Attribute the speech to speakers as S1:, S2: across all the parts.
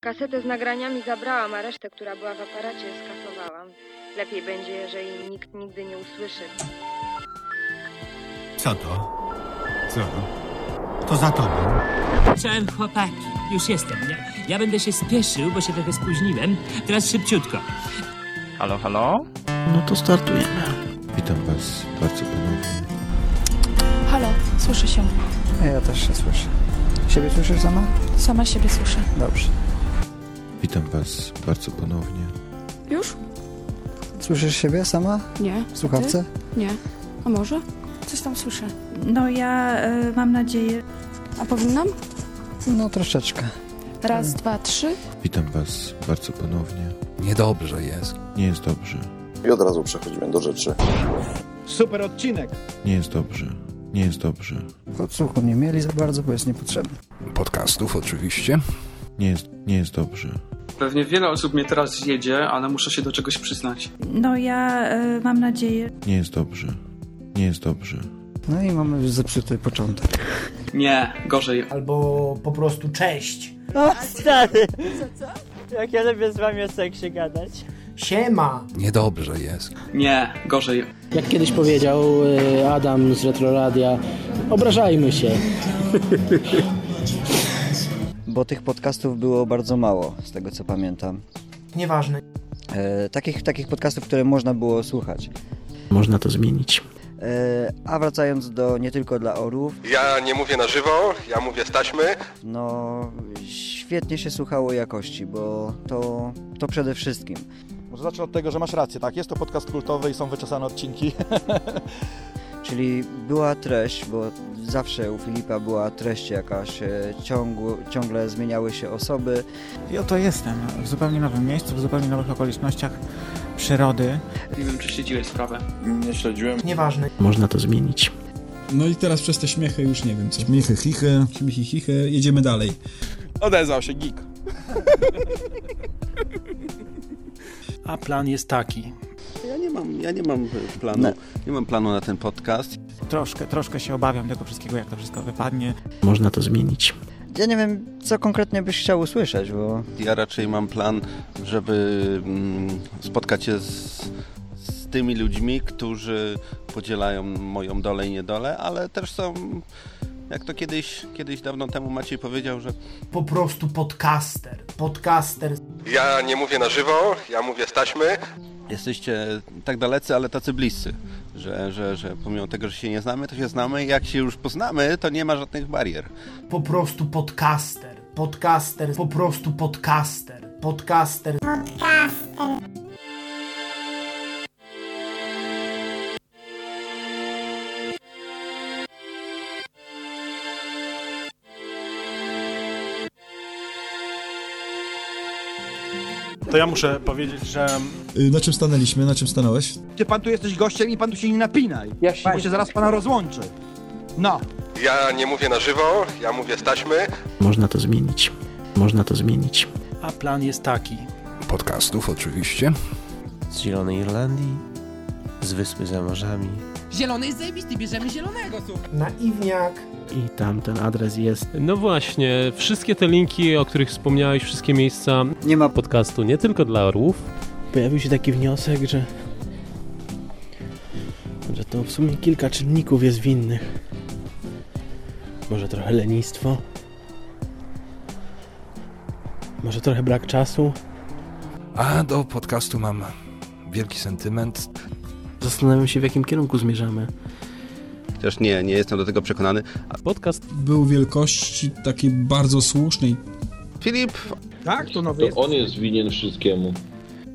S1: Kasetę z nagraniami zabrałam, a resztę, która była w aparacie, skasowałam. Lepiej będzie, jeżeli nikt nigdy nie usłyszy.
S2: Co to? Co? To za tobą.
S3: Czołem chłopaki, już jestem. Ja, ja będę się spieszył, bo się trochę spóźniłem. Teraz szybciutko.
S4: Halo, halo?
S5: No to startujemy.
S6: Witam Was bardzo ponownie.
S7: Halo, słyszy się.
S8: Ja też się słyszę. Siebie słyszysz sama?
S7: Sama siebie słyszę.
S8: Dobrze.
S6: Witam Was bardzo ponownie.
S9: Już?
S8: Słyszysz siebie sama?
S9: Nie.
S8: W słuchawce?
S9: Nie. A może? Coś tam słyszę.
S7: No ja y, mam nadzieję.
S9: A powinnam?
S8: No troszeczkę.
S9: Raz, dwa, trzy.
S6: Witam Was bardzo ponownie.
S10: Niedobrze jest.
S6: Nie jest dobrze.
S11: I od razu przechodzimy do rzeczy.
S10: Super odcinek!
S6: Nie jest dobrze. Nie jest dobrze.
S8: Odsłuchu nie mieli za bardzo, bo jest niepotrzebny.
S10: Podcastów oczywiście.
S6: Nie jest, nie jest dobrze.
S4: Pewnie wiele osób mnie teraz zjedzie, ale muszę się do czegoś przyznać.
S7: No ja y, mam nadzieję.
S6: Nie jest dobrze. Nie jest dobrze.
S8: No i mamy już zepsuty początek.
S4: Nie, gorzej.
S3: Albo po prostu cześć.
S5: Jak ja lubię z wami o seksie gadać.
S3: Siema.
S10: Niedobrze jest.
S4: Nie, gorzej.
S5: Jak kiedyś powiedział y, Adam z Retroradia, obrażajmy się.
S8: Bo tych podcastów było bardzo mało, z tego co pamiętam.
S3: Nieważne.
S8: E, takich, takich podcastów, które można było słuchać.
S5: Można to zmienić.
S8: E, a wracając do nie tylko dla orów,
S11: Ja nie mówię na żywo, ja mówię z taśmy.
S8: no świetnie się słuchało jakości, bo to, to przede wszystkim.
S10: Może zacznę od tego, że masz rację, tak? Jest to podcast kultowy i są wyczesane odcinki.
S8: Czyli była treść, bo zawsze u Filipa była treść jakaś, e, ciągło, ciągle zmieniały się osoby,
S5: I oto jestem, w zupełnie nowym miejscu, w zupełnie nowych okolicznościach przyrody.
S4: Nie wiem, czy śledziłeś sprawę.
S11: Nie śledziłem.
S3: Nieważne.
S5: Można to zmienić.
S10: No i teraz przez te śmiechy już nie wiem co. Śmiechy, chichy, śmiechy, chichy, jedziemy dalej.
S4: Odezwał się geek.
S5: A plan jest taki.
S11: Ja nie mam, ja nie mam e, planu.
S8: No.
S11: Nie mam planu na ten podcast.
S5: Troszkę, troszkę się obawiam tego wszystkiego, jak to wszystko wypadnie. Można to zmienić.
S8: Ja nie wiem, co konkretnie byś chciał usłyszeć, bo
S11: Ja raczej mam plan, żeby mm, spotkać się z, z tymi ludźmi, którzy podzielają moją dolę i niedolę, ale też są. Jak to kiedyś, kiedyś dawno temu Maciej powiedział, że
S3: Po prostu podcaster. Podcaster.
S11: Ja nie mówię na żywo, ja mówię z taśmy. Jesteście tak dalecy, ale tacy bliscy, że, że, że pomimo tego, że się nie znamy, to się znamy i jak się już poznamy, to nie ma żadnych barier.
S3: Po prostu podcaster. Podcaster. Po prostu podcaster. Podcaster.
S5: To ja muszę powiedzieć, że
S10: Y, Na czym stanęliśmy, na czym stanąłeś?
S2: Ty pan tu jesteś gościem i pan tu się nie napinaj. Ja się... Bo się zaraz pana rozłączy. No.
S11: Ja nie mówię na żywo, ja mówię z taśmy.
S5: Można to zmienić. Można to zmienić. A plan jest taki.
S10: Podcastów oczywiście.
S6: Z Zielonej Irlandii, z Wyspy za Morzami.
S4: Zielony jest zajebisty, bierzemy zielonego, słuchaj.
S3: Naiwniak.
S5: I tam ten adres jest.
S3: No właśnie, wszystkie te linki, o których wspomniałeś, wszystkie miejsca
S8: nie ma pod...
S3: podcastu, nie tylko dla orłów.
S5: Pojawił się taki wniosek, że. że to w sumie kilka czynników jest winnych. Może trochę lenistwo. Może trochę brak czasu.
S10: A do podcastu mam wielki sentyment.
S5: Zastanawiam się, w jakim kierunku zmierzamy.
S11: Też nie, nie jestem do tego przekonany.
S3: Podcast
S10: Był wielkości takiej bardzo słusznej.
S11: Filip,
S2: Tak, to nowy jest.
S5: on jest winien wszystkiemu.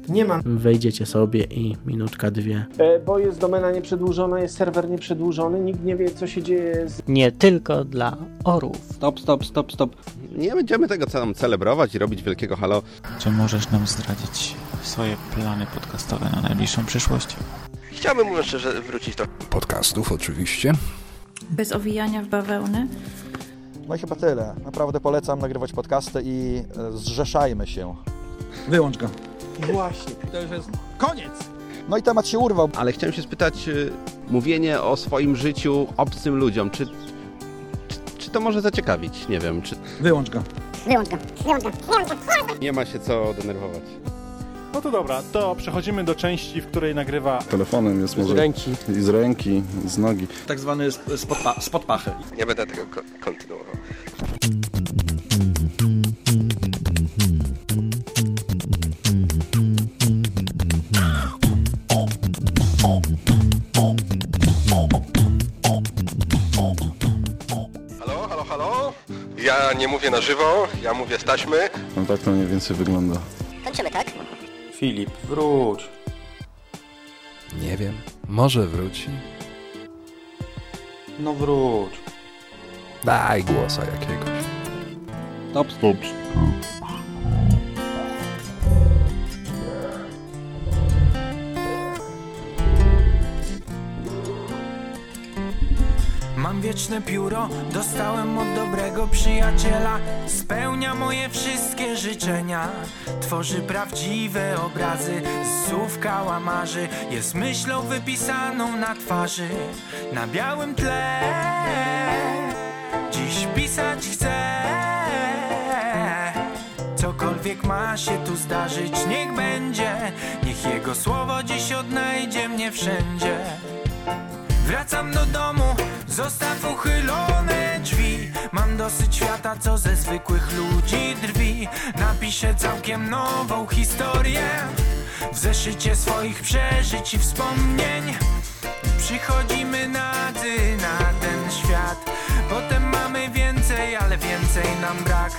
S3: nie ma.
S5: Wejdziecie sobie i minutka, dwie.
S3: E, Bo jest domena nieprzedłużona, jest serwer nieprzedłużony, nikt nie wie, co się dzieje z...
S5: Nie tylko dla orów.
S11: stop, stop, stop, stop. Nie będziemy tego co tam celebrować i robić wielkiego halo.
S5: Czy możesz nam zdradzić swoje plany podcastowe na najbliższą przyszłość?
S11: Chciałbym, mówiąc szczerze, wrócić do
S10: Podcastów oczywiście.
S7: Bez owijania w bawełnę.
S10: No i chyba tyle. Naprawdę polecam nagrywać podcasty i e, zrzeszajmy się.
S2: Wyłącz go. Właśnie. To już jest koniec.
S10: No i temat się urwał.
S11: ale chciałem się spytać, y, mówienie o swoim życiu obcym ludziom, czy, czy, czy to może zaciekawić? Nie wiem, czy
S2: Wyłącz go.
S12: Wyłącz go, wyłącz go, wyłącz go.
S13: Nie ma się co denerwować.
S14: No to dobra, to przechodzimy do części, w której nagrywa
S15: Telefonem jest może...
S14: Z ręki.
S15: I z ręki, i z nogi.
S16: Tak zwany sp- spod, pa- spod pachy.
S13: Nie będę tego ko- kontynuował. Halo, halo, halo? Ja nie mówię na żywo, ja mówię z taśmy.
S15: No tak to mniej więcej wygląda.
S12: Kończymy, tak?
S17: Filip, wróć.
S7: Nie wiem, może wróci.
S17: No wróć.
S7: Daj głosa jakiegoś.
S11: Stop, stop.
S5: Mam wieczne pióro, dostałem od dobrego przyjaciela Spełnia moje wszystkie życzenia Tworzy prawdziwe obrazy Z słów kałamarzy Jest myślą wypisaną na twarzy Na białym tle Dziś pisać chcę Cokolwiek ma się tu zdarzyć Niech będzie Niech jego słowo dziś odnajdzie mnie wszędzie Wracam do domu, zostaw uchylone drzwi Mam dosyć świata, co ze zwykłych ludzi drwi Napiszę całkiem nową historię W zeszycie swoich przeżyć i wspomnień Przychodzimy na ty, na ten świat Potem mamy więcej, ale więcej nam brak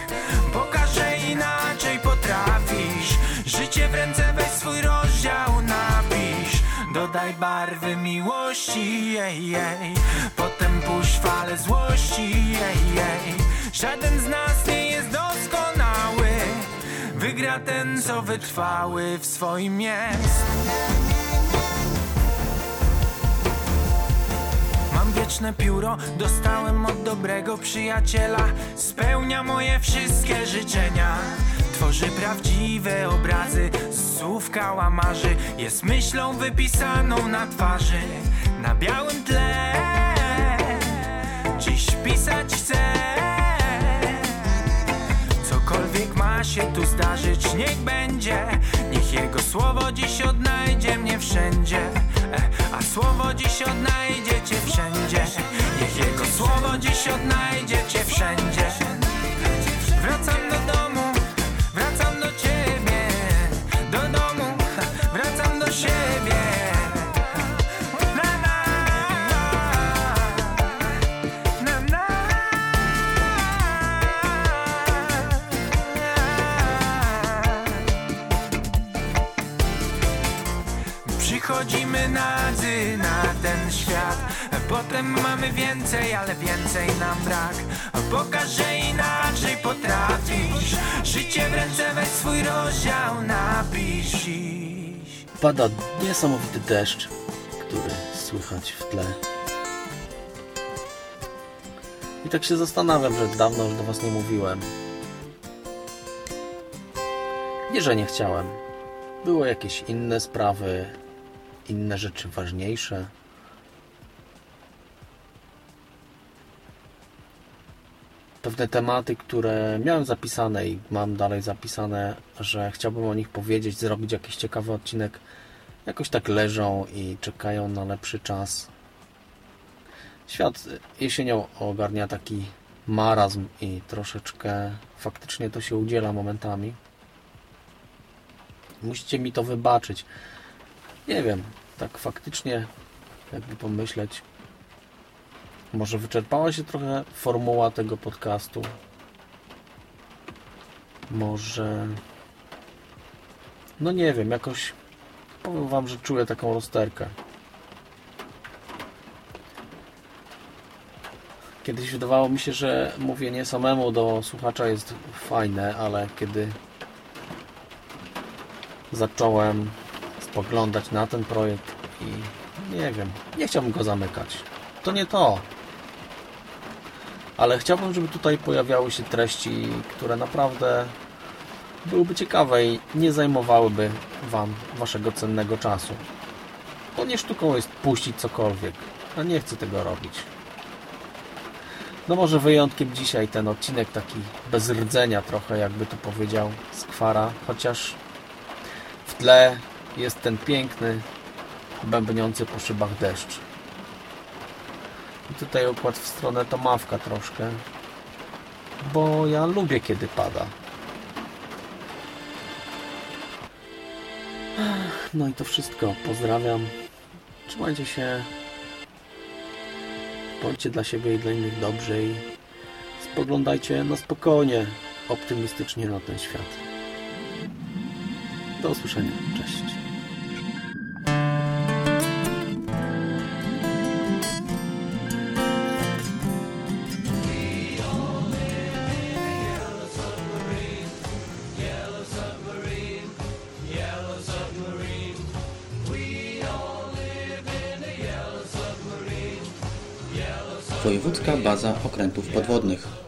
S5: Pokażę inaczej potrafisz Życie w ręce weź swój rozdział napisz Dodaj barwy miłości, jej, jej. Potem puść fale złości, jej, jej. Żaden z nas nie jest doskonały Wygra ten, co wytrwały w swoim jest Mam wieczne pióro, dostałem od dobrego przyjaciela Spełnia moje wszystkie życzenia Tworzy prawdziwe obrazy z słów kałamarzy Jest myślą wypisaną na twarzy Na białym tle Dziś pisać chcę Cokolwiek ma się tu zdarzyć, niech będzie Niech jego słowo dziś odnajdzie mnie wszędzie E, A słowo dziś odnajdzie cię wszędzie Niech jego słowo dziś odnajdzie cię wszędzie Wracam do domu, wracam do ciebie Do domu, wracam do siebie Na, na, na, na. Przychodzimy nadzy na ten świat Potem mamy więcej, ale więcej nam brak Pokażę inaczej potrafisz Życie w ręce weź swój rozdział napisz i
S4: Pada niesamowity deszcz, który słychać w tle. I tak się zastanawiam, że dawno już do Was nie mówiłem. Nie, że nie chciałem. Było jakieś inne sprawy, inne rzeczy ważniejsze. Pewne tematy, które miałem zapisane i mam dalej zapisane, że chciałbym o nich powiedzieć, zrobić jakiś ciekawy odcinek, jakoś tak leżą i czekają na lepszy czas. Świat jesienią ogarnia taki marazm i troszeczkę faktycznie to się udziela momentami. Musicie mi to wybaczyć. Nie wiem, tak faktycznie, jakby pomyśleć, może wyczerpała się trochę formuła tego podcastu. Może. No nie wiem, jakoś powiem Wam, że czuję taką rozterkę. Kiedyś wydawało mi się, że mówienie samemu do słuchacza jest fajne, ale kiedy zacząłem spoglądać na ten projekt i nie wiem, nie chciałbym go zamykać. To nie to. Ale chciałbym, żeby tutaj pojawiały się treści, które naprawdę byłyby ciekawe i nie zajmowałyby Wam Waszego cennego czasu. Bo nie sztuką jest puścić cokolwiek, a nie chcę tego robić. No może wyjątkiem dzisiaj ten odcinek taki bez rdzenia trochę, jakby to powiedział Skwara, chociaż w tle jest ten piękny, bębniący po szybach deszcz. I tutaj układ w stronę Tomawka troszkę, bo ja lubię kiedy pada. Ach, No i to wszystko. Pozdrawiam. Trzymajcie się. Bądźcie dla siebie i dla innych dobrze i spoglądajcie na spokojnie, optymistycznie na ten świat. Do usłyszenia. Cześć.
S18: Wojewódzka Baza Okrętów Podwodnych.